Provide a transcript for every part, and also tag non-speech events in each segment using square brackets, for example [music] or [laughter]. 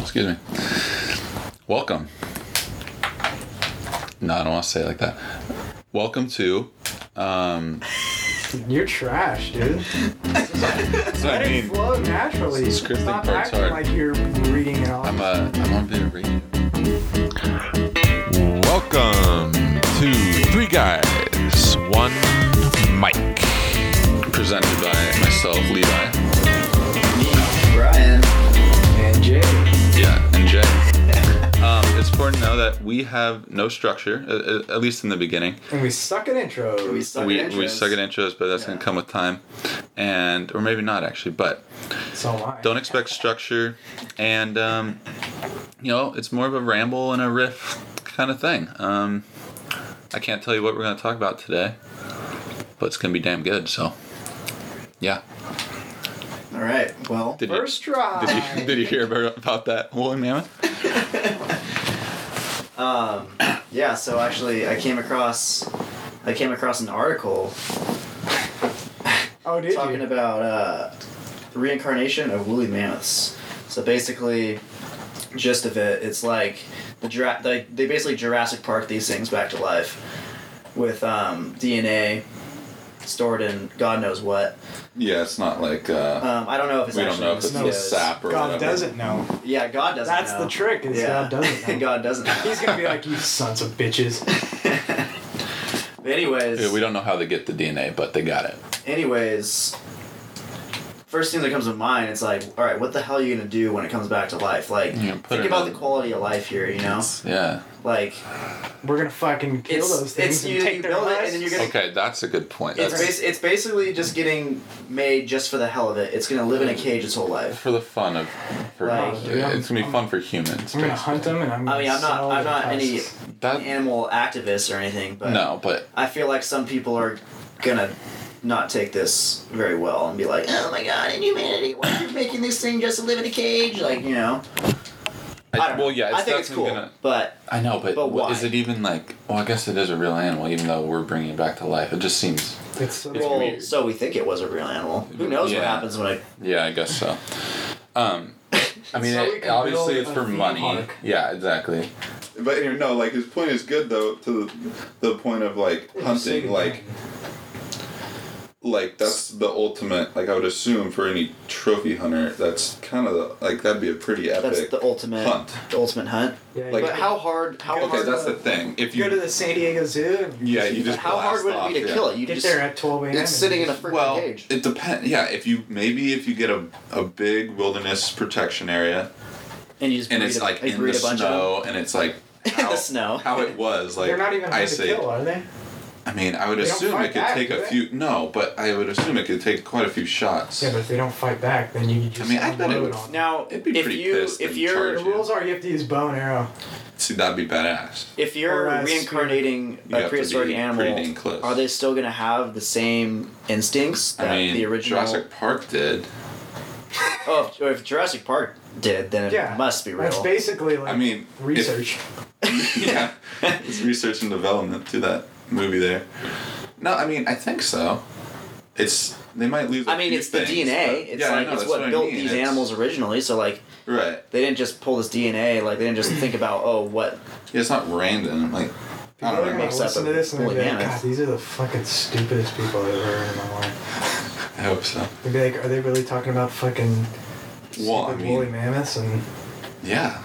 Excuse me. Welcome. No, I don't want to say it like that. Welcome to. Um, You're trash, dude. that's what I Let it mean. flow naturally. It's scripting Stop part's acting hard. like you're reading it off. I'm a. I'm on video radio. Welcome to Three Guys, One Mic. Presented by myself, Levi. Brian and Jay. Yeah, and Jay. [laughs] Um, it's important to know that we have no structure, at, at least in the beginning. And we suck at intros. We suck we, at we intros. suck at intros, but that's gonna Yeah. come with time, and or maybe not actually. But So am I. don't expect structure, and um, you know it's more of a ramble and a riff kind of thing. Um, I can't tell you what we're gonna talk about today, but it's gonna be damn good. So, yeah. All right. Well, Did First try. you did you, did you hear about, about that woolly mammoth? yeah. So actually, I came across, I came across an article oh, did talking you? about uh, the reincarnation of woolly mammoths. So basically, gist of it, it's like the Jura- they, they basically Jurassic Park these things back to life with um, DNA stored in God knows what. Yeah, it's not like uh, Um, I don't know if it's actually it's mosquitoes. God doesn't know. Yeah, God doesn't. That's know. the trick, is yeah. God [laughs] doesn't know. God doesn't. know. He's gonna be like, you sons of bitches. But anyways, we don't know how they get the DNA, but they got it. anyways first thing that comes to mind it's like all right what the hell are you gonna do when it comes back to life like Yeah, put think it about in- the quality of life here you know Yeah. like We're gonna fucking kill It's- those things it's- and you- take you their build it and lives. then you're gonna- Okay, that's a good point. it's, That's bas- it's basically just getting made just for the hell of it it's gonna live in a cage its whole life for the fun of. For Right. It's gonna be fun for humans. I'm gonna hunt them and I'm gonna i mean i'm not sell i'm their not any houses. That- animal activist or anything but No, but i feel like some people are gonna not take this very well and be like oh my god inhumanity why are you making this thing just to live in a cage like you know I don't know. well, yeah, it's I think it's cool, definitely gonna- but I know, but, But wh- is why? it even like? Well, I guess it is a real animal, even though we're bringing it back to life. It just seems. It's, It's well, weird. so we think it was a real animal. Who knows what Yeah. happens when it? Yeah, I guess so. Um, I mean, So we it, can obviously, build it's a for theme money. park. Yeah, exactly. But you know, like his point is good though, to the, the point of like hunting, like like that's the ultimate. Like I would assume for any trophy hunter, that's kind of the, like that'd be a pretty epic. That's the ultimate hunt. The ultimate hunt. Yeah, like- but how hard? How okay, hard? that's the thing. If you go to the San Diego Zoo and yeah, you just how hard blast would it be off, to yeah. kill it? You get just there at 12 a.m. it's sitting in a freaking Well, cage. it depends. Yeah, if you maybe if you get a, a big wilderness protection area and you just and breed it's a, like you in breed the a bunch of snow and it's like [laughs] In the how- snow. how it was like They're not even I hard to say kill, are they? I mean, I would They don't assume fight it could back, take do a they? few. No, but I would assume it could take quite a few shots. Yeah, but if they don't fight back, then you just I mean, I bet it unload would- on them. them. Now, It'd be if pretty you pissed if and you're The rules are you have to use bow and arrow. See, that'd be badass. if you're Or, uh, reincarnating You have a to prehistoric be pretty dang animal, close. are they still gonna have the same instincts that I mean, the original? Jurassic Park did. oh, if, or if Jurassic Park did, then it Yeah, must be real. That's basically like I mean, if- research. [laughs] [laughs] yeah, it's research and development to that movie there. No, I mean, I think so. It's they might lose. I I mean, it's the DNA. It's yeah, I like know, it's that's what, I built mean. these It's- animals originally. So like, Right. they didn't just pull this DNA. Like they didn't just think about oh what. Yeah, it's not random. Like, I People don't are know. gonna except listen to the this and they're gonna be like, God, mammoths. these are the fucking stupidest people I've ever heard in my life. I hope so. They'd be like, are they really talking about fucking Well, I stupid woolly mean, mammoths? And yeah.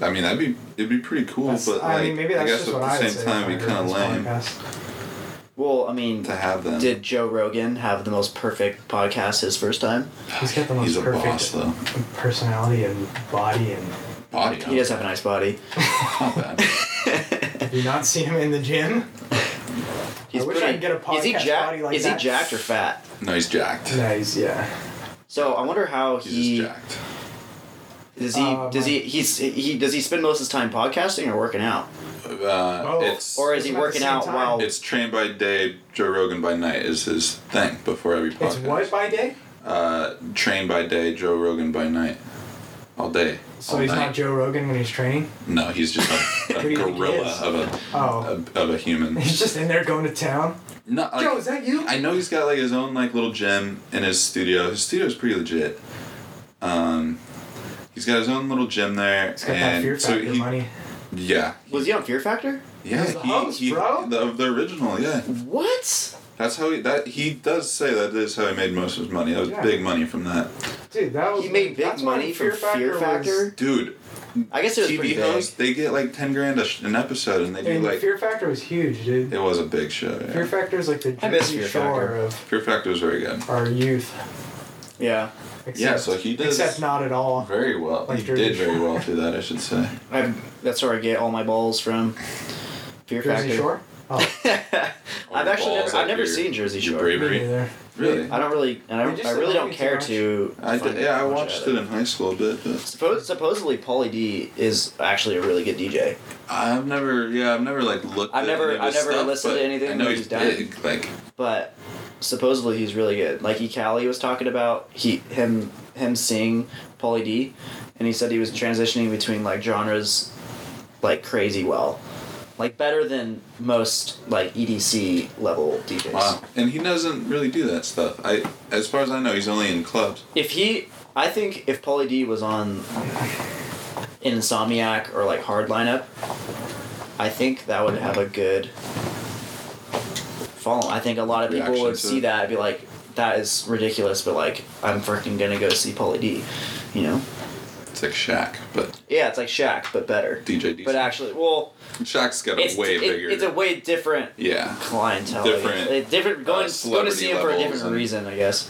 I mean, that'd be it'd be pretty cool, that's, but like, I mean, maybe that's guess just at the what I would same say time, if it'd I be kind of heard this lame podcast. Well, I mean, to have them. did Joe Rogan have the most perfect podcast his first time? He's got the most He's a perfect boss, though. personality and body, and Body. He does have a nice body. Not bad. have you not seen him in the gym? He's wish I pretty- could get a is he podcast jacked? body like is that. he jacked or fat? [laughs] No, he's jacked. Nice, yeah. So I wonder how He's he just jacked. does he Um, does he he's he does he spend most of his time podcasting or working out Uh, Both. it's or is Isn't he that the working same out time? while it's train by day, Joe Rogan by night is his thing before every podcast. It's what by day? Uh, train by day, Joe Rogan by night, all day. So all he's night. not Joe Rogan when he's training? No, he's [laughs] just a, Who do a you think he gorilla is? of a, Oh. a of a human. [laughs] He's just in there going to town. Not Um, like, Joe, is that you? I know he's got like his own like little gym in his studio. His studio's pretty legit. Um, he's got his own little gym there. It's got and that fear so factor he, money. Yeah. Was he on Fear Factor? Yeah, He's the host, he, bro. The, of the original, yeah. What? That's how he that he does say that is how he made most of his money. That was Yeah. big money from that. Dude, that was He made big that's why money from Fear was- Factor. Dude, I guess it was pretty TV big. hosts they get like ten grand a sh- an episode, and they do And like Fear Factor was huge, dude. it was a big show. Yeah. Fear Factor is like the I miss Jersey Fear Shore Factor. of Fear Factor was very good. our youth. Yeah, Except, Yeah, so he does- Except not at all. Very well. Like he Jersey did very Shore. well through that, I should say. I, that's where I get all my balls from. Fear Jersey Factor. Shore? [laughs] Oh, All [laughs] I've the balls actually never, I've up never your- seen Jersey your Shore. me bravery. neither. Really? I don't really, and I, They just I really don't don't like it care too to. I find did, yeah, I much watched out it of in high school a bit, but Suppo- supposedly, Paulie D is actually a really good DJ. I've never, yeah, I've never like looked. I've at never- any of I've his never stuff, listened to but anything I know that he's he's done. big. Like but supposedly he's really good. Like E. Cali was talking about he him him seeing Pauly D, and he said he was transitioning between like genres, like crazy well, like better than most like EDC level DJs. wow, and he doesn't really do that stuff. I, as far as I know, he's only in clubs. If he, I think if Pauly D was on an Insomniac or like Hard lineup, I think that would have a good follow. I think a lot of people Reaction would to see it. that and be like, "That is ridiculous," but like, I'm freaking gonna go see Pauly D. You know? It's like Shaq, but Yeah, it's like Shaq, but better. DJ Decent. But actually, well, Shaq's got a it's way it- bigger. it's a way different yeah, clientele. Different, It- different uh, going, going to celebrity see him for a levels different and- reason, I guess.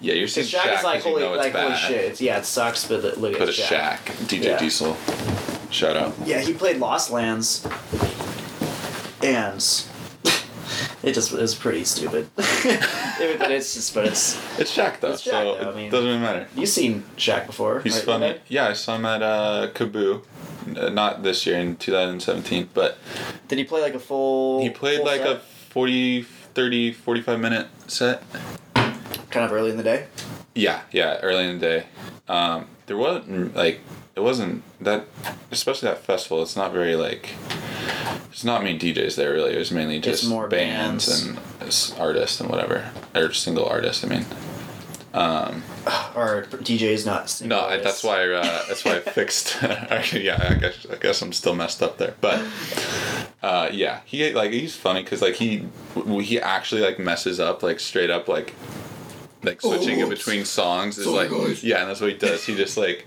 yeah. You're Because seeing Shaq, is like holy, like holy shit. It's, yeah, it sucks, but the- look But at it's Shaq. Shaq, DJ Yeah. Diesel. Shout out. Yeah, he played Lost Lands, and [laughs] it just it was pretty stupid. [laughs] It- but it's just, but it's It's Shaq though, It's Shaq, so though, I it mean- doesn't really matter. you've seen Shaq before. He's right, fun. Nick? Yeah, I saw him at uh, Kaboo, uh, not this year in 2017, but Did he play like a full? he played full like set? a 40, 30, 45 minute set. kind of early in the day. Yeah, yeah, early in the day. Um, there wasn't like it wasn't that, especially that festival. It's not very like. It's not many DJs there really. It was mainly just more bands, bands. and s- artists and whatever, or single artists. I mean, Or DJ's not. no, single I, artists. that's why uh, that's [laughs] why I fixed. [laughs] yeah, I guess I guess I'm still messed up there, but uh, yeah, he like he's funny because like he w- he actually like messes up like straight up like like switching in between songs is like yeah, and that's what he does. He just like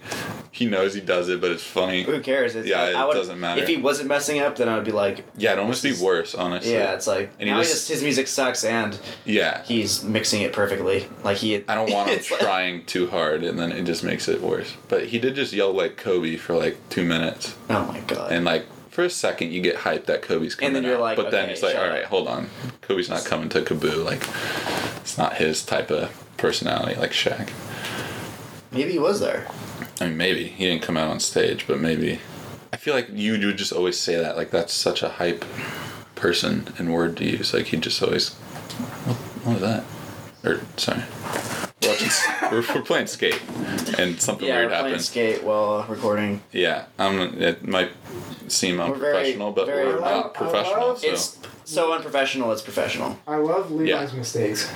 he knows he does it, but it's funny. Who cares? It's Yeah, like, it I would, doesn't matter. If he wasn't messing up, then I'd be like, Yeah, it'd almost be worse, honestly. yeah, it's like And he now he just- just his music sucks and yeah. he's mixing it perfectly. Like he. I don't [laughs] want him it's like- trying too hard, and then it just makes it worse. But he did just yell like Kobe for like two minutes. Oh my god. and like for a second you get hyped that Kobe's coming then you're out, like, but then okay, it's like, shut all up. right, hold on, Kobe's not coming to Kaboo. Like, it's not his type of personality, like Shaq. Maybe he was there. I mean, maybe he didn't come out on stage, but maybe I feel like you would just always say that. Like that's such a hype person and word to use. Like he just always, what, what was that? Or sorry. We're, watching, we're, [laughs] we're playing skate, and something Yeah, weird we're playing happened. skate while recording. Yeah, I'm. It might seem We're very- unprofessional, but very- we're not Hello? professional. Hello? So. It's so unprofessional. It's professional. I love Levi's Yeah. mistakes.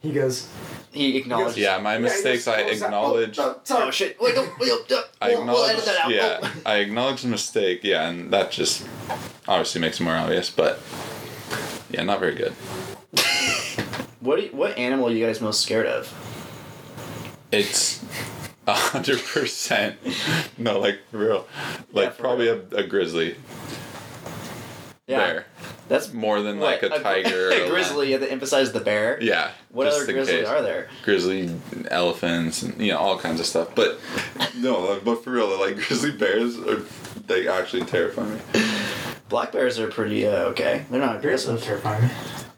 He goes, He acknowledges. Yeah, my Yeah, he goes, mistakes. I "Oh, is that- acknowledge. oh, Oh shit! Wait, don't, wait, don't, don't. [laughs] I we'll, we'll edit acknowledge. that out. Yeah, Oh. I acknowledge the mistake. Yeah, and that just obviously makes it more obvious. But yeah, not very good. [laughs] What do you- what animal are you guys most scared of? It's a hundred percent. No, like for real, like Yeah, for probably a, a grizzly bear that's more than like what, a tiger. or a [laughs] A, lion. grizzly. You have to emphasize the bear. Yeah. What just other in grizzly case. are there? grizzly elephants and you know all kinds of stuff but no like, but for real like grizzly bears are they actually terrify me Black bears are pretty uh, okay. They're not Bears would aggressive. terrify me.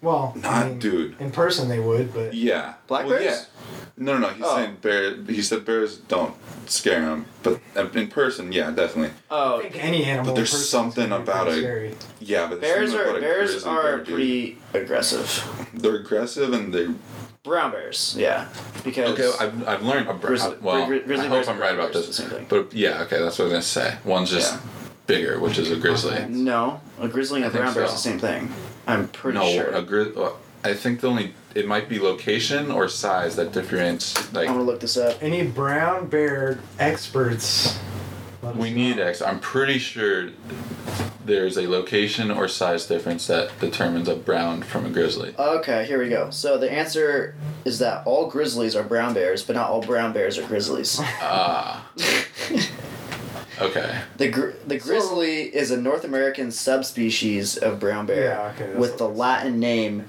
Well, I Not mean, dude. In person, they would, but Yeah. Black Well, bears? yeah. No, no, no. He's Oh. saying bear. He said bears don't scare him, but uh, in person, yeah, definitely. I Oh, think any animal. But in there's person is something gonna be about pretty it. Scary. Yeah, but there's bears something are about a bears grizzly are bear, dude. pretty aggressive. They're aggressive and they. Brown bears, yeah, because Okay, I've, I've learned. A Grizzly- grizzly, well, gri- grizzly I bears hope and I'm right brown about bears are the this. same thing. But yeah, okay, that's what I was gonna say. One's just Yeah. bigger, which is a grizzly. no, a grizzly and I a think brown bear is so. the same thing. I'm pretty No, sure. a grizzly. I think the only it might be location or size that differentiates. Like I'm gonna look this up. Any brown bear experts? let us we need know. X. I'm pretty sure there's a location or size difference that determines a brown from a grizzly. Okay, here we go. So the answer is that all grizzlies are brown bears, but not all brown bears are [laughs] grizzlies. Ah. okay. The gr- the grizzly is a North American subspecies of brown bear Yeah, okay, that's with what the it is. Latin name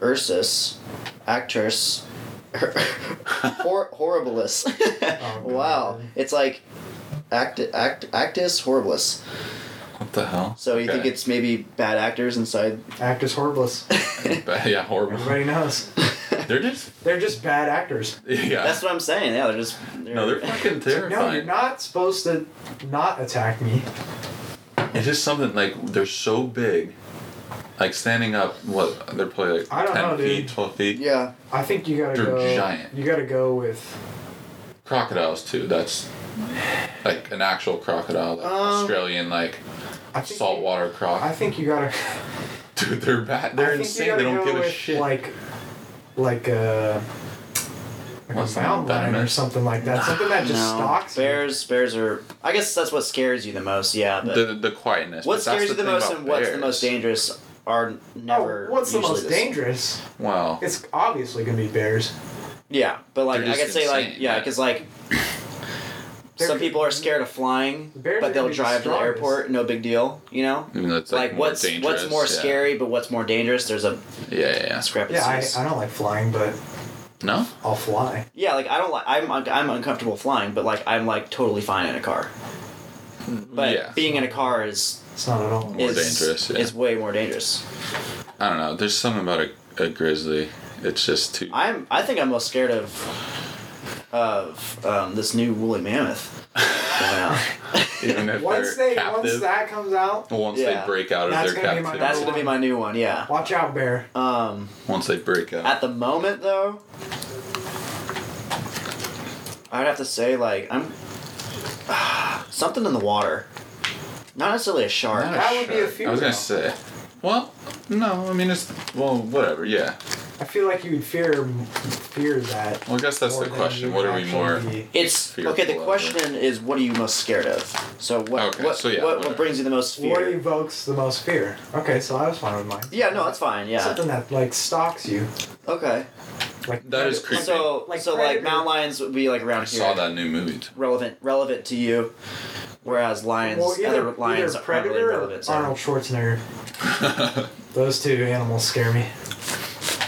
Ursus actus [laughs] hor- horribilis. Oh, God. [laughs] wow, it's like act- act- actus horribilis. What the hell? So you think Okay. it's maybe bad actors inside? Actors horribilis. But, yeah, horrible. Everybody knows. They're just They're just bad actors. yeah. [laughs] That's what I'm saying. Yeah, they're just they're, no, they're fucking terrifying. No, you're not supposed to not attack me. It's just something like they're so big, like standing up. What they're probably like I don't ten know, feet, dude. twelve feet. yeah. I think you gotta They're go. giant. You gotta go with. Crocodiles too. That's like an actual crocodile, like Um, Australian like I think saltwater croc. I think you gotta. [laughs] Dude, they're bad. I They're think you insane. gotta They don't go give a with, shit. Like, like uh, like What's a that, mountain lion or diamond? something like that. Something that just no. stalks. you. bears. Bears are. I guess that's what scares you the most. Yeah, but the the quietness. what but that's scares you the thing most about and what's the bears. most dangerous are Oh, never. what's the usually most this- dangerous? Wow. It's obviously gonna be bears. Yeah, but like They're I just could say like insane, yeah, yeah. because like They're- some people are scared of flying, Bears but are they'll gonna be the drive to the strongest. airport, no big deal, you know. Even though it's, like, like more what's dangerous, what's more yeah. scary, but what's more dangerous? There's a Yeah, yeah, yeah. discrepancy. Yeah, I, I don't like flying, but No? I'll fly. Yeah, like I don't like I'm un- I'm uncomfortable flying, but like I'm like totally fine in a car. But Hmm, yeah. being in a car is It's not at all. More is, dangerous, yeah. is way more dangerous. I don't know. There's something about a, a grizzly. It's just [laughs] too. I'm I think I'm most scared of of um, this new woolly mammoth. [laughs] Wow. even if once they're they captive, once that comes out, once Yeah. they break out of That's their gonna be my captivity, That's gonna be my new one, yeah. watch out, bear. Um, once they break out. at the moment though, I'd have to say like I'm [sighs] something in the water. Not necessarily a shark. Not a That would be a shark. I was gonna say. Well, no, I mean it's well, whatever. Yeah. I feel like you would fear fear that. Well, I guess that's more the than question. you What would are we actually more? be. It's Fearful okay. The of question is, what are you most scared of? So what? Okay, what, so yeah, what, what whatever. brings you the most What fear? evokes the most fear? Okay, so I was fine with mine. Yeah, no, that's fine. Yeah. Something that like stalks you. Okay. Like That is like- creepy. So Like so predator. like mountain lions would be like around I here. saw that new movie. too. Relevant relevant to you, whereas lions Well, either, other lions either aren't really predator relevant. or So. Arnold Schwarzenegger. [laughs] Those two animals scare me.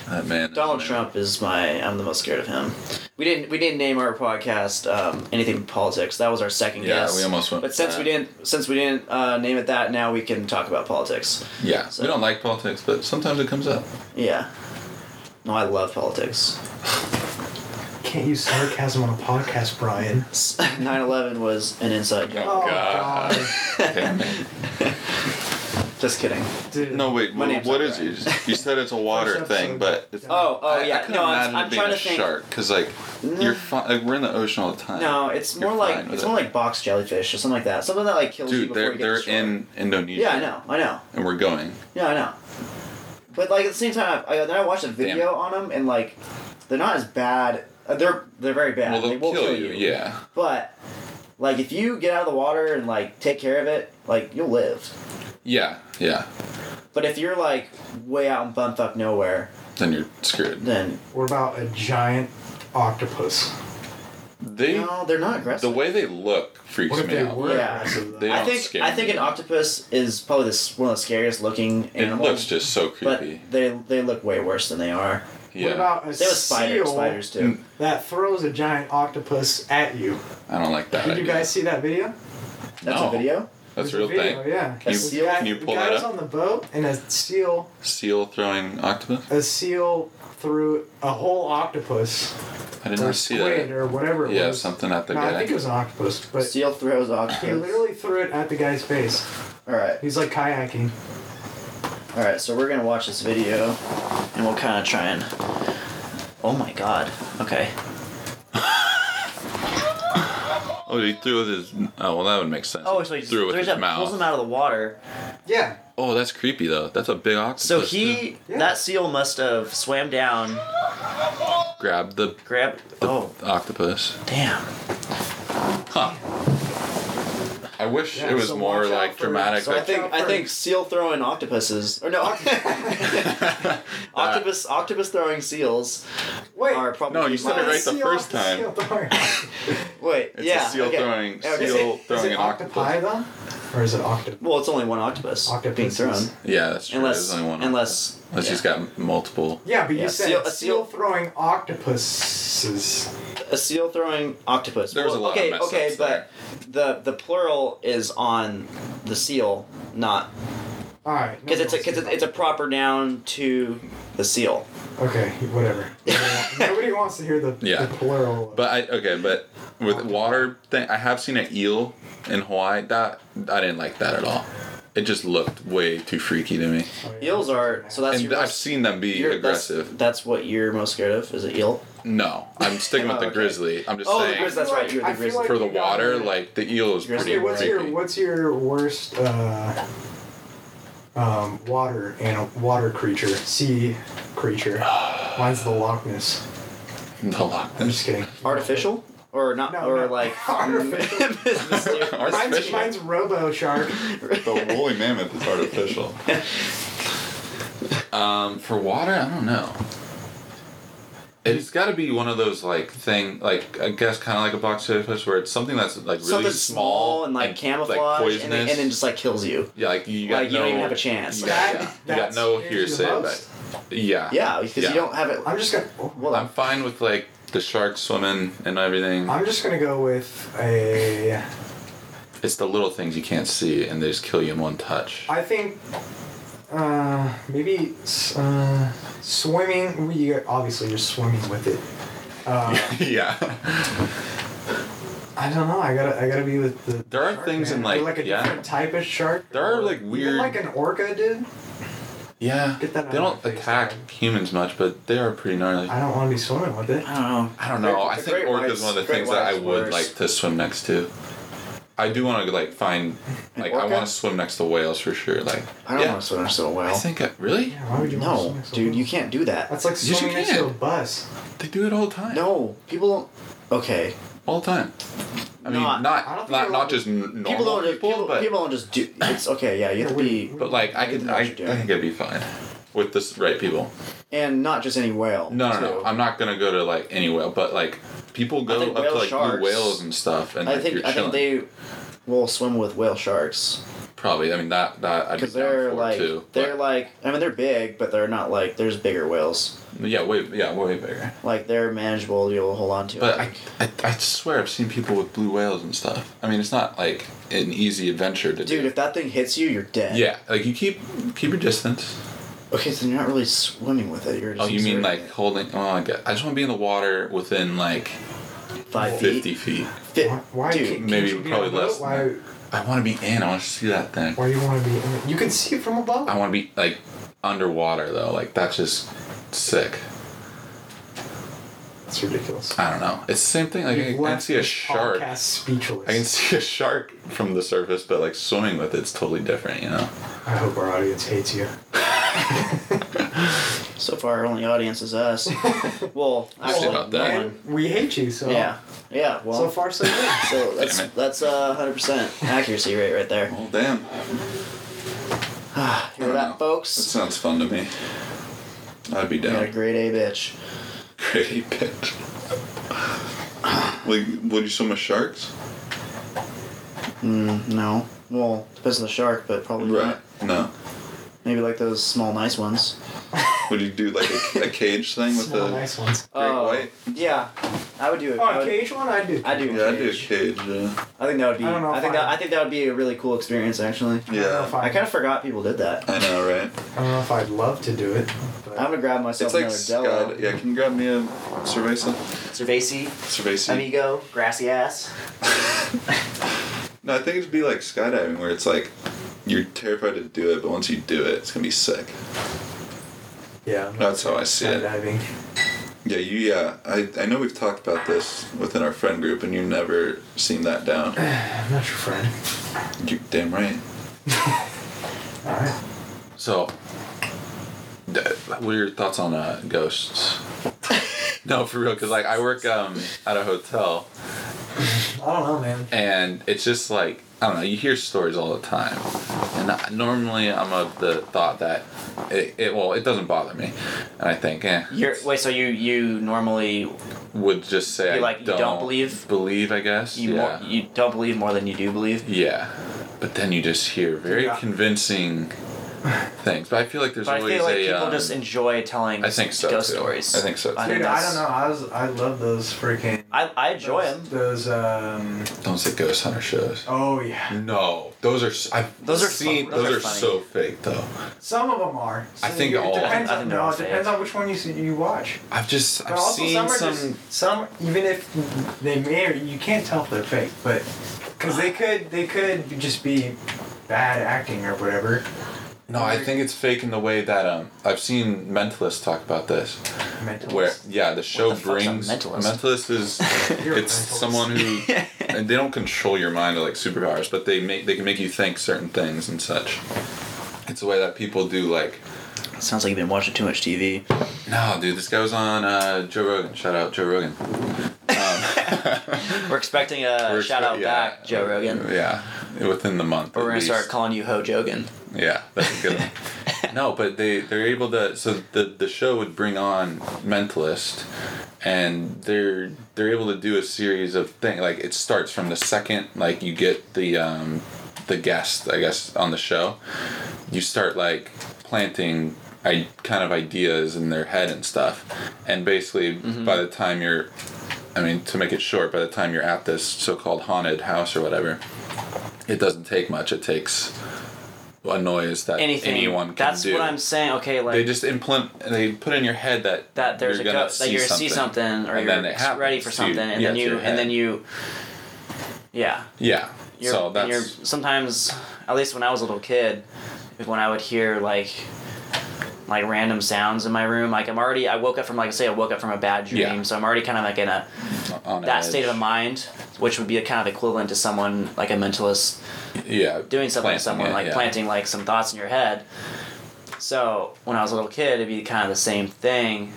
That man. Donald that man. Trump is my. I'm the most scared of him. We didn't. We didn't name our podcast um, anything but politics. That was our second Yeah, guess. we almost went But with since we that. didn't, since we didn't uh, name it that, now we can talk about politics. Yeah. So- We don't like politics, but sometimes it comes [laughs] up. Yeah. No, I love politics. [laughs] Can't use sarcasm on a podcast, Brian. 9/11 was an inside joke. Oh God. Damn it. Just kidding. Dude. No wait, My wh- name's what not is Brian. it? You said it's a water [laughs] First thing, episode. but it's, Oh, oh I, yeah. I couldn't no, imagine I'm, I'm it being trying to a think. shark because like you're fi- like we're in the ocean all the time. No, it's You're more like fine with it's it. more like box jellyfish or something like that. Something that like kills you Dude, before they're you get they're destroyed. in Indonesia. Yeah, I know. I know. And we're going. Yeah, I know. But like at the same time, I, I- then I watched a video Damn. on them, and like, they're not as bad. Uh, they're they're very bad. Well, they they'll will kill you. Yeah. But like, if you get out of the water and like take care of it, like you'll live. Yeah. Yeah. But if you're like way out in bumfuck nowhere, Then you're screwed. then What about a giant octopus? They no, they're not aggressive. the way they look freaks What if me they out. were Yeah. aggressive? They- Though? I don't think scare I think me. an octopus is probably this one of the scariest looking It animals. looks just so but creepy. they they look way worse than they are. yeah. What about a They were spiders, seal spiders too. that throws a giant octopus at you? I don't like that. Did you idea. guys see that video? That's No. a video. That's a There's real video, thing. Yeah. Can you- The can guy- you the pull guy that was up? on the boat and a seal Seal throwing octopus. a seal through a whole octopus I did or not see squid that. or whatever it Yeah, was. something at the no, I think it guy. was an octopus, but Seal throws he octopus. literally threw it at the guy's face. All right, He's like kayaking. all right. So we're gonna watch this video, and we'll kind of try and. Oh my god. Okay. Oh, he threw with his. Oh, well, that would make sense. Oh, so he just threw with his that pulls him mouth. out of the water. Yeah. Oh, that's creepy though. That's a big octopus. So he Yeah. that seal must have swam down grab the Grab. Oh, octopus. damn. Huh. I wish Yeah, it was so more watch out like for- dramatic. So I but think I think seal throwing octopuses [laughs] or no, oct- octopus octopus throwing seals Wait. are probably No, you said it my- right the Seal first off the time. seal [laughs] door. Wait, it's yeah, a seal okay. throwing, Okay. seal [laughs] throwing [laughs] Is it an octopus. octopi though? Or is it octopus? Well, it's only one octopus being Octopuses. thrown, Yeah, that's true. unless There's only one. unless unless yeah. he's got multiple. Yeah, but you Yeah, said seal- seal, a seal- throwing octopuses. a seal throwing octopus. There was Well, a lot of okay, mess okay, ups but the the plural is on the seal, not All right. because it's a because it's a proper noun to the seal. Okay, whatever. [laughs] Nobody wants to hear the, Yeah. the plural. But I okay, but with water thing, I have seen an eel in Hawaii. That I didn't like that at all. It just looked way too freaky to me. Oh, yeah. Eels are so that's and your I've seen them be You're- that's- aggressive. That's, what you're most scared of is an eel. No, I'm sticking with Oh, the okay. grizzly. I'm just Oh, the saying grizzly- that's right, you're the I feel grizzly. for the you got water, me. like the eel is pretty Grizzly, Okay, what's freaky. [laughs] your what's your worst uh, um, water and water creature, sea creature? [sighs] Mine's the Loch Ness. the lock? I'm just kidding. Artificial or not No, or no. like [laughs] [laughs] Artificial. Myster- Mine's, Artificial. mine's Robo Shark. the woolly mammoth is artificial. [laughs] um, for water, I don't know. It's got to be one of those like thing, like I guess kind of like a box octopus, where it's something that's like really something small and like camouflage and, then, and then just like kills you. yeah, like you got like, you no, don't even have a chance. You That- got, yeah, you that got no scares you the hearsay, but most? yeah, Yeah, because Yeah. you don't have it. I'm just gonna. oh, Well, I'm fine with like the shark swimming and everything. I'm just gonna go with a. It's the little things you can't see, and they just kill you in one touch. I think. Uh, maybe s- uh, swimming. well, You obviously you're swimming with it. Uh, yeah. I don't know. I gotta. I gotta be with the. There are shark, things man. in, like- Or like a yeah. different type of shark. There are, or like, even weird- like an orca did. Yeah. Get that they out of don't my face, attack Adam. humans much, but they are pretty gnarly. I I, don't want to be swimming with it. I don't know. don't know. I The think great orca is whites- one of the great things that I whites would worse. like to swim next to. I do want to like find like I orca? want to swim next to whales for sure. Like I don't yeah, want to swim so I well. think I, really Yeah, why would you? want to swim no, next to dude, one? you can't do that. That's like you swimming next to can. a bus. they do it all the time. No, people don't. Okay, all the time. I mean, Not- not I don't not think not, they're allowed just n- normal people people, don't. Just, people, but people don't just do. It's okay. Yeah, you have to Yeah, be, we- but like I could know I, what I you're doing. think I'd be fine with this right people. and not just any whale. No, no, too. no. I'm not gonna go to like any whale, but like people go think up to whale like sharks- blue whales and stuff, and I like, think you're I chilling. think they will swim with whale sharks Probably. I mean that that I'd be because down they're for like too. but- they're like I mean they're big but they're not like there's bigger whales yeah, way yeah, way bigger. like they're manageable to be able to hold on to. But I I, think. I I swear I've seen people with blue whales and stuff. I mean it's not like an easy adventure to dude, do. if that thing hits you, you're dead. yeah, like you keep keep your distance. Okay, so you're not really swimming with it. You're just Oh, you mean observing like it. holding? Oh, I, get, I just want to be in the water within like five fifty feet? feet. Fi- Why? why dude, can't- can't maybe you be probably on a boat? less than Why? I want to be in. I want to see that thing. Why do you want to be? in it? You can see it from above. I want to be like underwater though. Like that's just sick. That's ridiculous. I don't know. It's the same thing. Like I, You've I can left see a this shark. Podcast speechless. I can [laughs] see a shark from the surface, but like swimming with it's totally different, you know. I hope our audience hates you. so far our only audience [laughs] is us. well, actually, about that. no one. We hate you, so Yeah, yeah. Well, So far, [laughs] so good. so that's Damn it. that's a hundred percent accuracy rate right there. Well, Oh, damn, Hear don't that, know. that folks? sounds fun to me. I'd be You got a down. grade A bitch. Great bitch. like, would you swim with sharks? Hmm, No, well, depends on the shark, but probably Right. not. No. Maybe like those small, nice ones. Would you do like a, a cage thing with Small, the nice ones. great white? Yeah, I would do it. I Oh, would- okay, each one I do. I do. Yeah, I'd do a cage. cage. Yeah. I think that would be. I don't know I, if think I- that I think that would be a really cool experience actually. I don't know if yeah. I, I kind of forgot people did that. I know, right? I don't know if I'd love to do it. But I'm gonna grab It's myself like another Scud. Dello. Yeah, can you grab me a cerveza? Cervasi, Cerveza. amigo, grassy ass. No, I think it'd be like skydiving, where it's like you're terrified to do it, but once you do it, it's gonna be sick. yeah. I'm That's how I see not it. diving. Yeah, you. Yeah, I. I know we've talked about this within our friend group, and you never seem that down. I'm not your friend. You damn right. All right. So, d- what are your thoughts on uh, ghosts? [laughs] No, for real, because like I work um, at a hotel, I don't know, man. and it's just like I don't know. You hear stories all the time, and I, normally I'm of the thought that it, it well it doesn't bother me, and I think eh, You're wait, so you you normally you would just say I like you don't, don't believe believe I guess yeah more, you don't believe more than you do believe. yeah, but then you just hear very Yeah. convincing [laughs] things. But I feel like there's But I always feel like a people um, just enjoy telling I think so, ghost too. stories. I think so, too. Dude, I that's- don't know. I was I love those freaking. I, I enjoy them. Those, those um. don't say ghost hunter shows. Oh yeah. No, those are s- I've Those are seen fun- those those are are funny. so fake though. Some of them are. I So think it all- Depends I on, think they're no, all it depends fake. on which one you see, you watch. I've just But I've also, seen some are some. just some. Even if they may, or, you can't tell if they're fake, but because they could, they could just be bad acting or whatever. No, I think it's fake in the way that um I've seen mentalists talk about this. Mental. Where yeah, the show What the fuck's a brings mentalist? is You're a it's mentalist. someone [laughs] who and they don't control your mind to like superpowers, but they make they can make you think certain things and such. It's the way that people do like Sounds like you've been watching too much TV. no, dude, this guy was on uh, Joe Rogan. Shout out Joe Rogan. We're expecting a We're shout out expect- back, Joe Rogan. Yeah, within the month. Or we're at gonna start least. calling you Ho Jogan. Yeah, that's a good. one. no, but they they're able to. So the the show would bring on Mentalist, and they're they're able to do a series of things. Like it starts from the second like you get the um, the guest, I guess, on the show. You start like planting. I kind of ideas in their head and stuff, and basically Mm-hmm. by the time you're, I mean, to make it short, by the time you're at this so-called haunted house or whatever, it doesn't take much. It takes a noise that Anything. anyone can That's do. what I'm saying. Okay, like They just implant. They put in your head that that there's you're a gonna ghost that you're gonna see something or and you're then it happens ready for to- something and yeah, then to you your and then head. you yeah Yeah. you're, so and that's you're sometimes at least when I was a little kid is when I would hear like like random sounds in my room like I'm already I woke up from like say I woke up from a bad dream Yeah. so I'm already kind of like in a on that edge. state of mind which would be a kind of equivalent to someone like a mentalist Yeah. doing something planting to someone, it, like yeah. planting like some thoughts in your head. So when I was a little kid, it'd be kind of the same thing.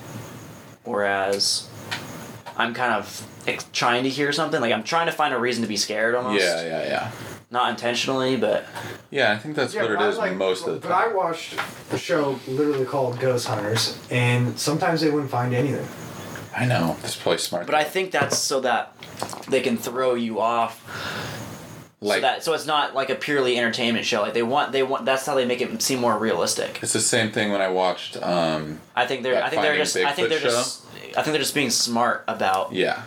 Whereas I'm kind of ex- trying to hear something, like I'm trying to find a reason to be scared almost. Yeah, yeah, yeah. Not intentionally, but Yeah, I think that's Yeah, what but I it is like- most of the But time. I watched a show literally called Ghost Hunters, and sometimes they wouldn't find anything. I, know. That's probably smart. but I think that's so that they can throw you off. like so that so it's not like a purely entertainment show. Like they want they want that's how they make it seem more realistic. it's the same thing when I watched. um I think they're That I think they're Finding just I think Bigfoot they're just I think they're just being smart about Yeah.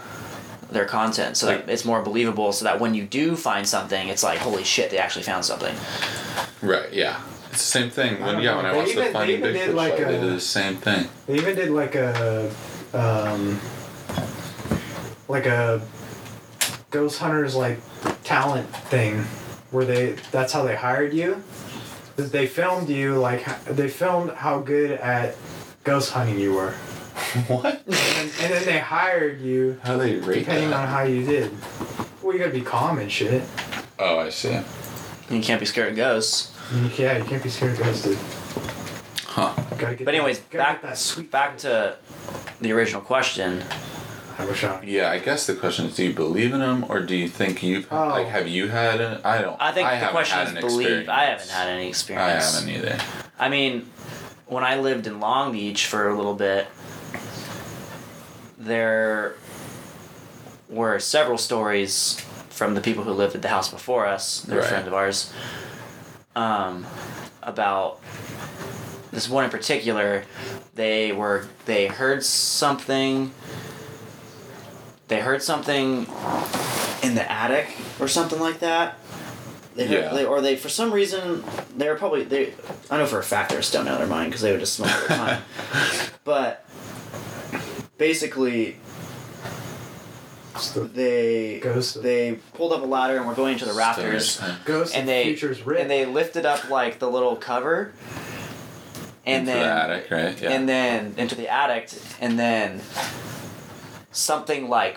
their content so that it's more believable so that when you do find something it's like holy shit they actually found something Right. Yeah. It's the same thing when don't yeah know, when I they watched even- the they Finding even did Bigfoot like show, they a- did the same thing. [laughs] They even did like a, um, like a Ghost Hunters like talent thing, where they that's how they hired you. That They filmed you like h- they filmed how good at ghost hunting you were, What? and, and then they hired you How they rate depending that? on how you did. Well, you gotta be calm and shit. Oh, I see. you can't be scared of ghosts Yeah, you can't be scared of ghosts, dude. Huh. Gotta get but anyways that, gotta back get that sweet back to the original question I wish I. Yeah, I guess the question is, do you believe in them, or do you think you've Oh. like have you had? An, I don't. i think the haven't question had is an believe experience. i haven't had any I experience haven't either. I mean when i lived in long beach for a little bit there were several stories from the people who lived at the house before us they're Right. friends of ours um, about this one in particular they were they heard something they heard something in the attic or something like that. They, Yeah. they, or they for some reason they were probably they I know for a fact they were stoned out of their mind because they would just smell all the [laughs] time. but basically they Ghost. they pulled up a ladder and were going to to the the rafters Ghost and they Futures Rip. and they lifted up like the little cover and Into then the attic, right? Yeah. and then into the attic and then something like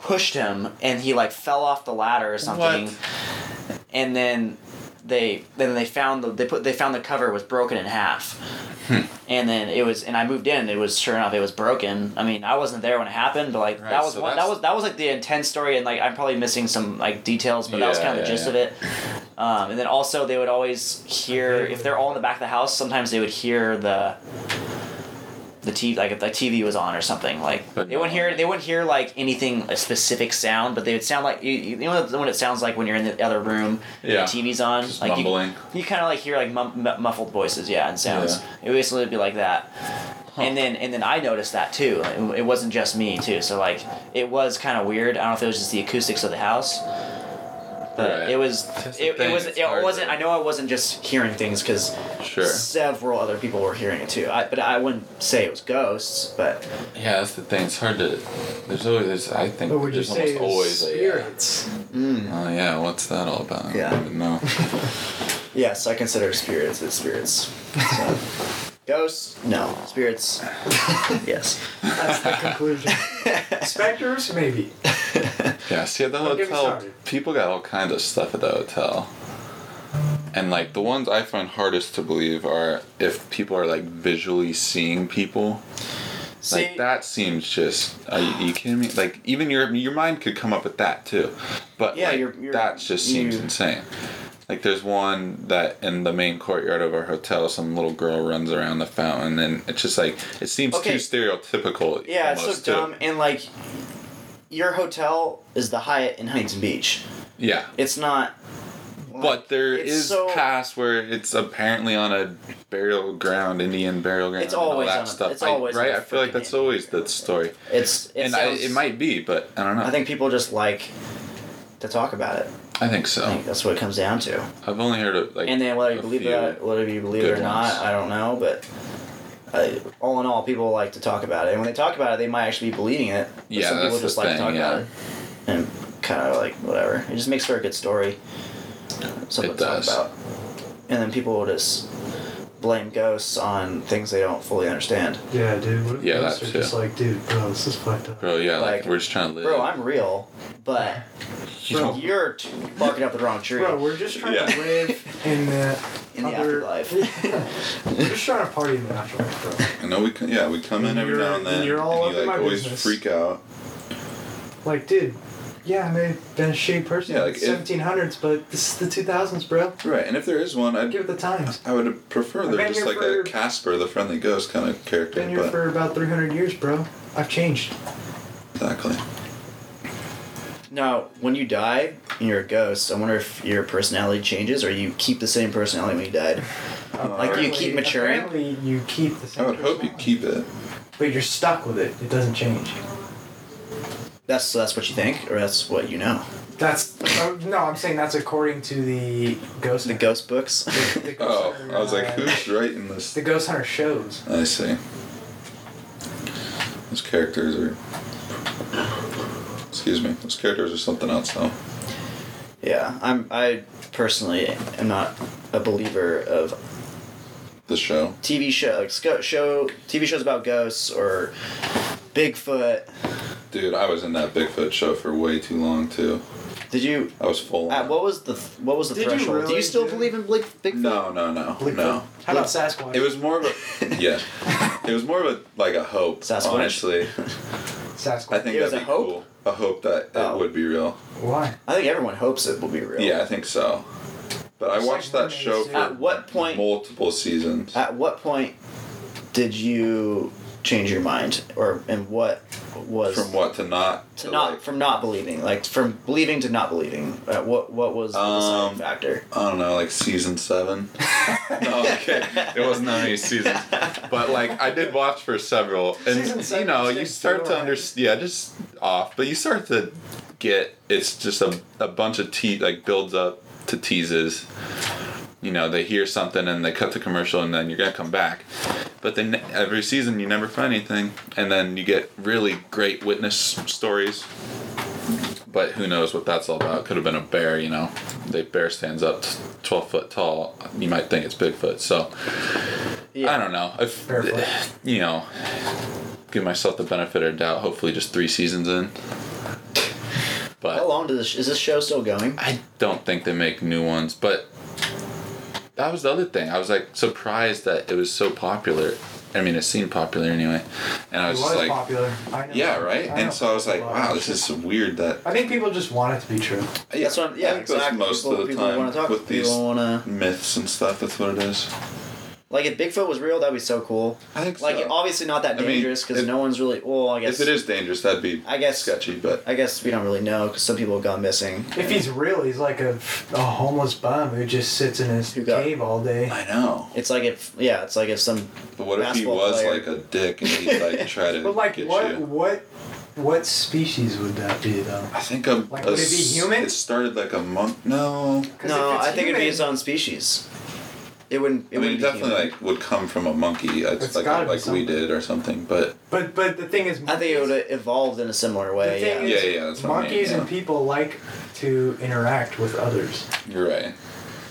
pushed him and he like fell off the ladder or something What? and then they then they found the they put they found the cover was broken in half, Hmm. and then it was and I moved in. It was sure enough it was broken. I mean I wasn't there when it happened, but like Right, that was so one, that that's- was that was like the intense story and like I'm probably missing some like details, but that was Yeah, kind of the yeah, gist yeah. of it. Um, and then also they would always hear if they're all in the back of the house. Sometimes they would hear the the TV like if the TV was on or something like But they wouldn't hear they wouldn't hear like anything a specific sound, but they would sound like you, you know what it sounds like when you're in the other room. and Yeah. The TV's on. Just like mumbling. You, you kind of like hear like mum, mu- muffled voices, yeah, and sounds. It would basically be like that. And then and then I noticed that too. It, it wasn't just me too. So like it was kind of weird. I don't know if it was just the acoustics of the house. But Right. it was That's the it, thing, it was it's it hard wasn't to- I know I wasn't just hearing things because Sure. Several other people were hearing it too. I, but I wouldn't say it was ghosts, but Yeah, that's the thing. It's hard to. There's always. There's, I think But would you there's say almost always it's a. uh, spirits? Oh yeah, what's that all about? Yeah. I don't even know. yes, I consider spirits as spirits. [laughs] So, ghosts, no. Spirits, yes. That's the conclusion. Specters, maybe. Yeah, see at the Don't get me hotel, started. people got all kinds of stuff at the hotel. And like the ones I find hardest to believe are if people are like visually seeing people. See, like that seems just are you, you kidding me? Like even your your mind could come up with that too, but Yeah, like, you're- you're- that just seems you- insane. Like there's one that in the main courtyard of our hotel, some little girl runs around the fountain, and it's just like it seems Okay. too stereotypical. yeah, it's so almost, too. dumb. And like, your hotel is the Hyatt in Huntington Beach. Yeah, It's not. But there It's is so- pass where it's apparently on a burial ground, Indian burial ground. It's and all always that on a- stuff. it's always I, right. on a I feel like freaking that's Indian always the story, It's. It and sounds- I, it might be, but I don't know. I think people just like to talk about it. I think so. I think that's what it comes down to. I've only heard of like. And then whether you a believe few. that, whether you believe it good or not, ones. I don't know. But I, all in all, people like to talk about it, and when they talk about it, they might actually be believing it. But Yeah, some people that's the just like to thing, talk about yeah. it, and kind of like whatever. It just makes for a good story. Something It to talk does. about, and then people will just blame ghosts on things they don't fully understand. Yeah, dude. What if Yeah, ghosts that are just too. like, dude, bro, this is fucked up. Bro, yeah, like, like, we're just trying to live. Bro, I'm real, but You bro, don't- you're t- barking up the wrong tree Bro, we're just trying Yeah. to live in the in the other- [laughs] afterlife. We're just trying to party in the afterlife, bro. I know we come, yeah, we come in And every you're- now and then. and you're all and up you in like my always business. freak out. Like, dude, yeah, I may have been a shitty person Yeah, in like, the if- 1700s, but this is the 2000s, bro. Right, and if there is one, I'd Give it the times. I would prefer I've they're been just here like a for- Casper, the friendly ghost kind of character. Been here but for about 300 years, bro. I've changed. exactly. Now, when you die and you're a ghost, I wonder if your personality changes or you keep the same personality when you died. like you Apparently- keep maturing. Apparently, you keep the I same would hope you personality. keep it. But you're stuck with it. It doesn't change. That's that's what you think, or that's what you know. That's uh, no. I'm saying that's according to the ghost. The ghost books. [laughs] the ghost Oh, hunter, I was like, uh, [laughs] who's writing this? The ghost hunter shows. I see. Those characters are. Excuse me. Those characters are something else, though. yeah, I'm. I personally am not a believer of The show. TV show like sco- show TV shows about ghosts or Bigfoot. Dude, I was in that Bigfoot show for way too long, too. Did you? I was full Uh, on. what was the th- what was the Did you threshold? Do really, you still dude? believe in Big- Bigfoot? No, no, no, no. How about Sasquatch? It was more of [laughs] a yeah. It was more of a like a hope. Sasquatch. Honestly, Sasquatch. I think It was a that'd be hope? cool. A hope that Oh. it would be real. Why? I think everyone hopes it will be real. Yeah, I think so. But I It's watched like that show mermaids, for dude. At what point? multiple seasons. At what point did you change your mind, or and what was From what to not to not like- from not believing, like from believing to not believing? Uh, what what was the deciding Um, factor? I don't know, like season seven. no, okay, it wasn't that many seasons, but like I did watch for several, Season and you seven know sticks you start to to it. understand. Yeah, just off, but you start to get it's just a a bunch of te like builds up to teases. You know, they hear something and they cut the commercial, and then you're gonna come back. But then every season you never find anything, and then you get really great witness stories. But who knows what that's all about? Could have been a bear, you know. The bear stands up t- twelve foot tall. You might think it's Bigfoot. So Yeah. I don't know. [sighs] If Barefoot. you know, give myself the benefit of doubt. Hopefully, just three seasons in. How But long does this, is this show still going? I don't think they make new ones. But that was the other thing. I was like surprised that it was so popular. I mean, it seemed popular anyway, and I It was, was just like, popular. I know. yeah, right. I know. And so I was like, Well, wow, this is weird. That I think people just want it to be true. Uh, yeah, That's what. I'm, yeah, I think that's exactly. Most people, of the people time wanna talk, with these people wanna myths and stuff, that's what it is. like if Bigfoot was real, that'd be so cool. I think Like so. obviously not that I mean, dangerous because if- no one's really. Well, I guess If it is dangerous, that'd be I guess- sketchy. But I guess we don't really know because some people have gone missing. If he's real, he's like a, a homeless bum who just sits in his Who got- cave all day. I know. It's like if yeah, it's like if some But what if he basketball was player- like a dick and he [laughs] like tried to But like, get what you? what what species would that be though? I think a, Like, a would it be s- human? It started like a month. No, 'Cause no, if it's I think it'd be human, its own species. It wouldn't. It I mean, it wouldn't be definitely human. like would come from a monkey, uh, It's like gotta be like we something. did or something. But But but the thing is, I think it would have evolved in a similar the way. thing Yeah. is, Yeah, yeah, that's what I mean, monkeys and yeah. people like to interact with others. you're right.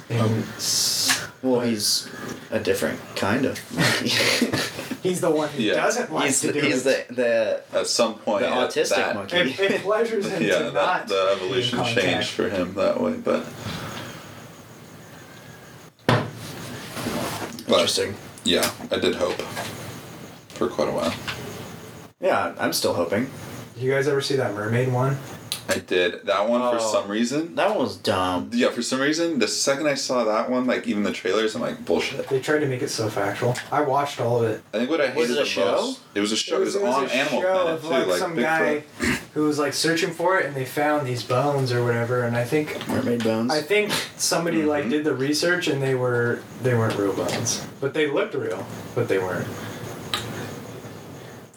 And Um, s- Well, he's a different kind of. monkey. [laughs] [laughs] he's the one who Yeah. doesn't like he's to the, do he's it. the the At some point, The it- autistic that- monkey. It, it pleasures [laughs] him Yeah, to that, not. the be in evolution contact. changed for him that way. But But, interesting. yeah, I did hope for quite a while. Yeah, I'm still hoping. You guys ever see that mermaid one? I did that one for Oh. some reason. That one was dumb. Yeah, for some reason, the second I saw that one, like even the trailers, I'm like bullshit. They tried to make it so factual. I watched all of it. I think what I hated Was it a the show? most. It was a show. It was, on a Animal show Planet of, too, like, like, some Bigfoot. guy who was like searching for it, and they found these bones or whatever. And I think Mermaid bones. I think somebody Mm-hmm. like did the research, and they were they weren't real bones, but they looked real, but they weren't.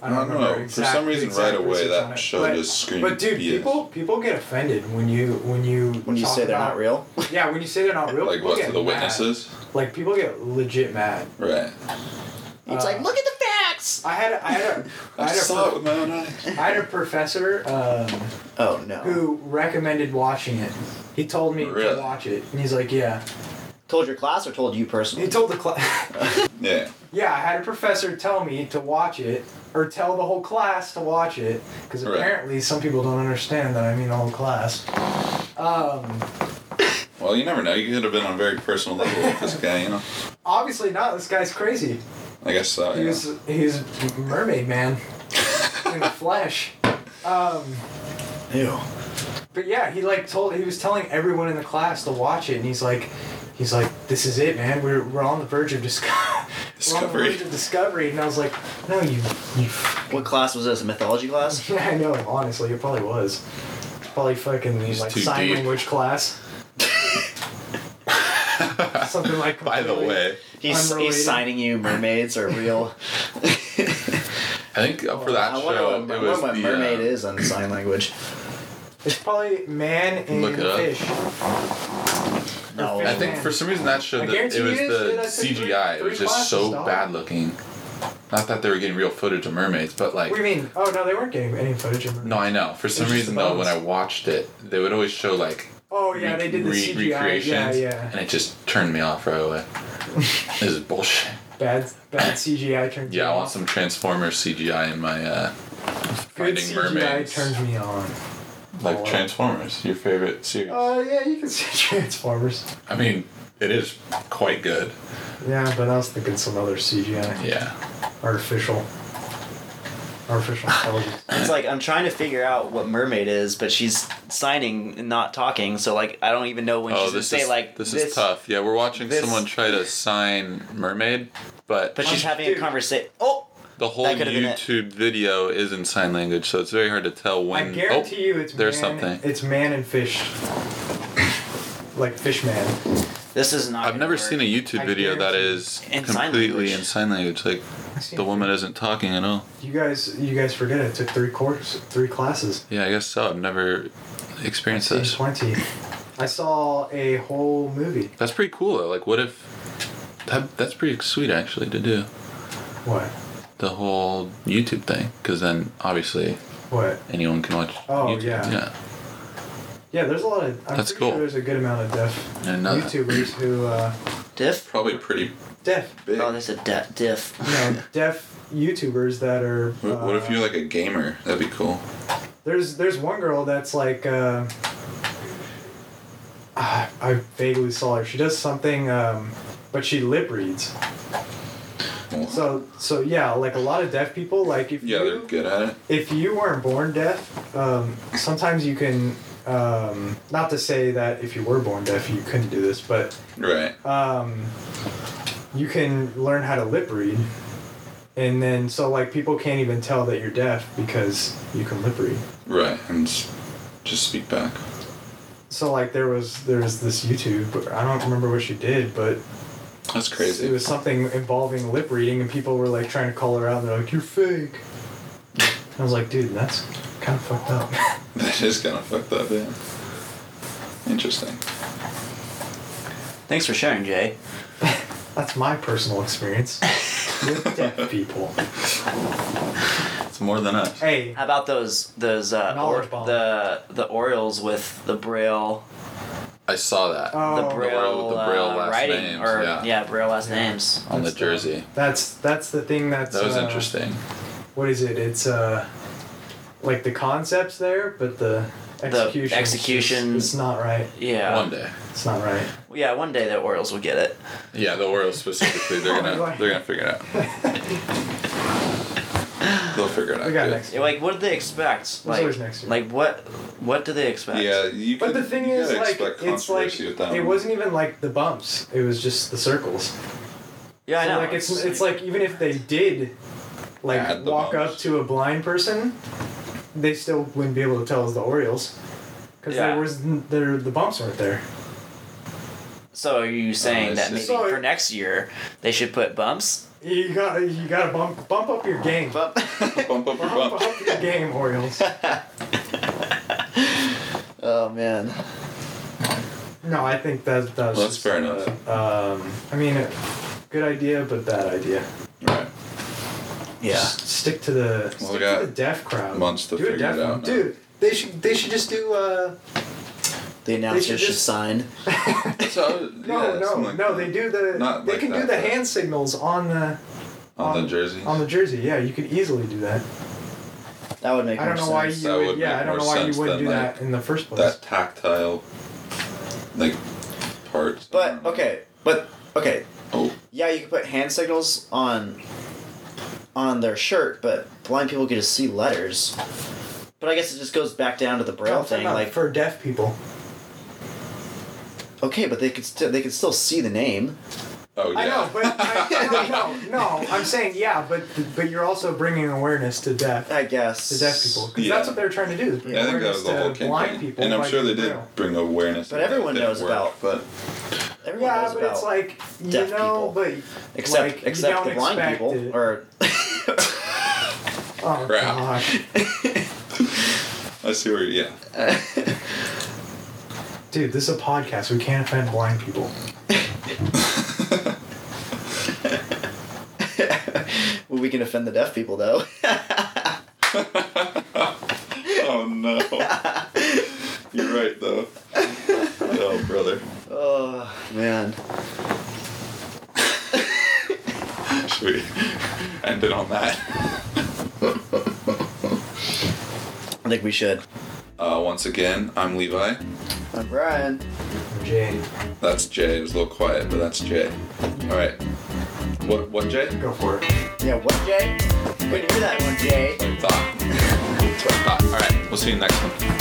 I don't remember know. For exact- some reason, exact right away, research that on it, show but, just screamed But dude, BS. people people get offended when you when you when you talk say they're about- not real. Yeah, when you say they're not real, Like people what get to the mad. witnesses, Like people get legit mad. right? It's like look at the facts. I had [laughs] I had a I I had a, saw it pro- with my own eyes. I had a professor. Um, Oh no. who recommended watching it. He told me Really? to watch it, and he's like, "Yeah." Told your class or told you He personally? told the [laughs] class, Yeah, "Yeah." I had a professor tell me to watch it, or tell the whole class to watch it, because Right. apparently some people don't understand that I mean the whole class. Um, Well, you never know. You could have been on a very personal level with this guy, you know. obviously not. This guy's crazy. I guess so. He yeah. was he's a mermaid man in the flesh. Um, Ew. But yeah, he like told he was telling everyone in the class to watch it, and he's like, he's like, this is it, man. We're, we're on the verge of disco- [laughs] We're on the Discovery. verge of discovery, and I was like, no, you, you. What class was this? A mythology [laughs] class? Yeah, I know. Honestly, it probably was. Probably fucking like too sign deep. language [laughs] class. Something like. By the completely- way, He's, Unrelated. he's signing you mermaids are real. [laughs] I think uh, for that I wonder show, what, I it wonder was what the, mermaid uh, is on [laughs] sign language. it's probably man and Look it up. fish. No. I think for some reason that show I that it guarantee was you the that's three- CGI. It was three just so classes, dog. bad looking. Not that they were getting real footage of mermaids, but like What do you mean? Oh no, they weren't getting any footage of. them. no, I know. For some just reason the though, bones. when I watched it, they would always show like Oh yeah, re- they did the re- CGI. Yeah, recreations, yeah. and it just turned me off right [laughs] away. this is bullshit. Bad, bad CGI turned. Yeah, I me want off. some Transformer CGI in my uh, Good Finding CGI Mermaids. turns me on. like Transformers, your favorite series. Oh. Uh, yeah, you can [laughs] see Transformers. I mean, it is quite good. Yeah, but I was thinking some other CGI. Yeah. Artificial. Artificial intelligence. It's like I'm trying to figure out what mermaid is, but she's signing and not talking, so like I don't even know when she's gonna say like Oh, this, is tough. Yeah, we're watching this- someone try to sign mermaid, but, But she's having Dude. a conversation. Oh, the whole that could've been it. YouTube video is in sign language, so it's very hard to tell when. I guarantee oh, you it's there's man, something. It's man and fish. Like fish man. this is not. Oh, I've gonna never work. seen a YouTube I video that is In sign completely language. in sign language. Like the woman isn't talking at all. You guys, you guys forget it. Took three course, three classes. Yeah, I guess so. I've never experienced Stage this. twenty. I saw a whole movie. That's pretty cool though. Like, what if? That, that's pretty sweet actually to do What? the whole YouTube thing, because then obviously What? anyone can watch. Oh, YouTube. yeah. Yeah. Yeah, there's a lot of. I'm That's pretty cool. Sure there's a good amount of deaf I didn't know that. YouTubers who uh, diff. Probably pretty deaf big. Oh, that's a de- [laughs] diff. you know, deaf YouTubers that are. What, what if uh, you're like a gamer? That'd be cool. There's there's one girl that's like. Uh, ah, I vaguely saw her. She does something um, but she lip reads. So so yeah, like a lot of deaf people, like if Yeah, they're you good at it. if you weren't born deaf, um, sometimes you can. Um, not to say that if you were born deaf, you couldn't do this, but Right. um, you can learn how to lip read, and then so like people can't even tell that you're deaf because you can lip read. Right. And s- just speak back. So like there was there was this YouTube, but I don't remember what she did, but That's it crazy. was something involving lip reading, and people were like trying to call her out, and they're like, "You're fake." I was like, dude, that's kind of fucked up. [laughs] That is kind of fucked up, yeah. Interesting. Thanks for sharing, Jay. That's my personal experience [laughs] with deaf people. It's more than us. Hey, How about those those uh, Knowledge bomb. the the Orioles with the Braille I saw that. the oh, Braille, with the Braille uh, last writing names, or yeah. Braille last names. on the that's jersey. that's that's the thing that's That was uh, interesting. What is it? It's uh, like the concepts there, but the execution. execution- It's not right. Yeah. One day. It's not right. Yeah, one day the Orioles will get it. Yeah, the Orioles specifically, they're [laughs] Oh my gonna God. they're gonna figure it out. They'll figure it out. We got good. next. Yeah, Like, what did they expect? Like, always next year. like what? What do they expect? Yeah, you. But could- the thing you is, gotta like, expect it's like controversy with that it one. wasn't even like the bumps. It was just the circles. Yeah, I So, know. Like it's it's like even if they did, like Add the walk bumps. up to a blind person, they still wouldn't be able to tell it's the Orioles, because Yeah. there was n- there the bumps weren't there. So are you saying I that see. maybe So- for next year they should put bumps? You gotta you gotta bump bump up your game. Bump, bump up your [laughs] bump. up your game, Orioles. Oh man. No, I think that that was Well, just, that's fair uh, Um, I mean, a good idea, but bad idea. Right. Yeah. Just stick to the Well, stick we got to the deaf crowd. months to do a figure deaf it out one. now. dude. They should they should just do uh The They announcer should should just- sign. So no yeah, no something like no that. they do the Not they like can do that, the but- hand signals on the on, the jerseys. on the jersey yeah you could easily do that That would make I more don't know why sense. you That would, would yeah make I don't more know why sense you wouldn't than, do like, that in the first place that tactile, like parts. But okay, but okay, Oh, yeah, you can put hand signals on on their shirt, but blind people could just see letters. But I guess it just goes back down to the No, braille I'm talking thing. about Like, for deaf people okay, but they could still they could still see the name. oh yeah. I [laughs] know but I, no, no no I'm saying yeah but but you're also bringing awareness to deaf I guess. to deaf people 'cause Yeah. that's what they're trying to do is bring Yeah, I think that was awareness the whole to uh, blind campaign, people and I'm by sure they being did real. bring awareness. But to it. everyone It didn't knows work, about- but Everyone yeah knows but about it's like you deaf know people. but except like, you except don't the blind expect people it. or oh Crap. gosh I see where. Yeah, dude this is a podcast we can't offend blind people [laughs] well, we can offend the deaf people though. [laughs] Oh no. You're right though. Oh brother. oh man. Should we end it on that? I think we should. Uh, once again, I'm Levi. I'm Brian. Jay That's Jay. It was a little quiet, but that's Jay. Alright. What what Jay? go for it Yeah, what Jay? Couldn't hear that one, Jay. Thought. That's what I thought. Alright, we'll see you next one.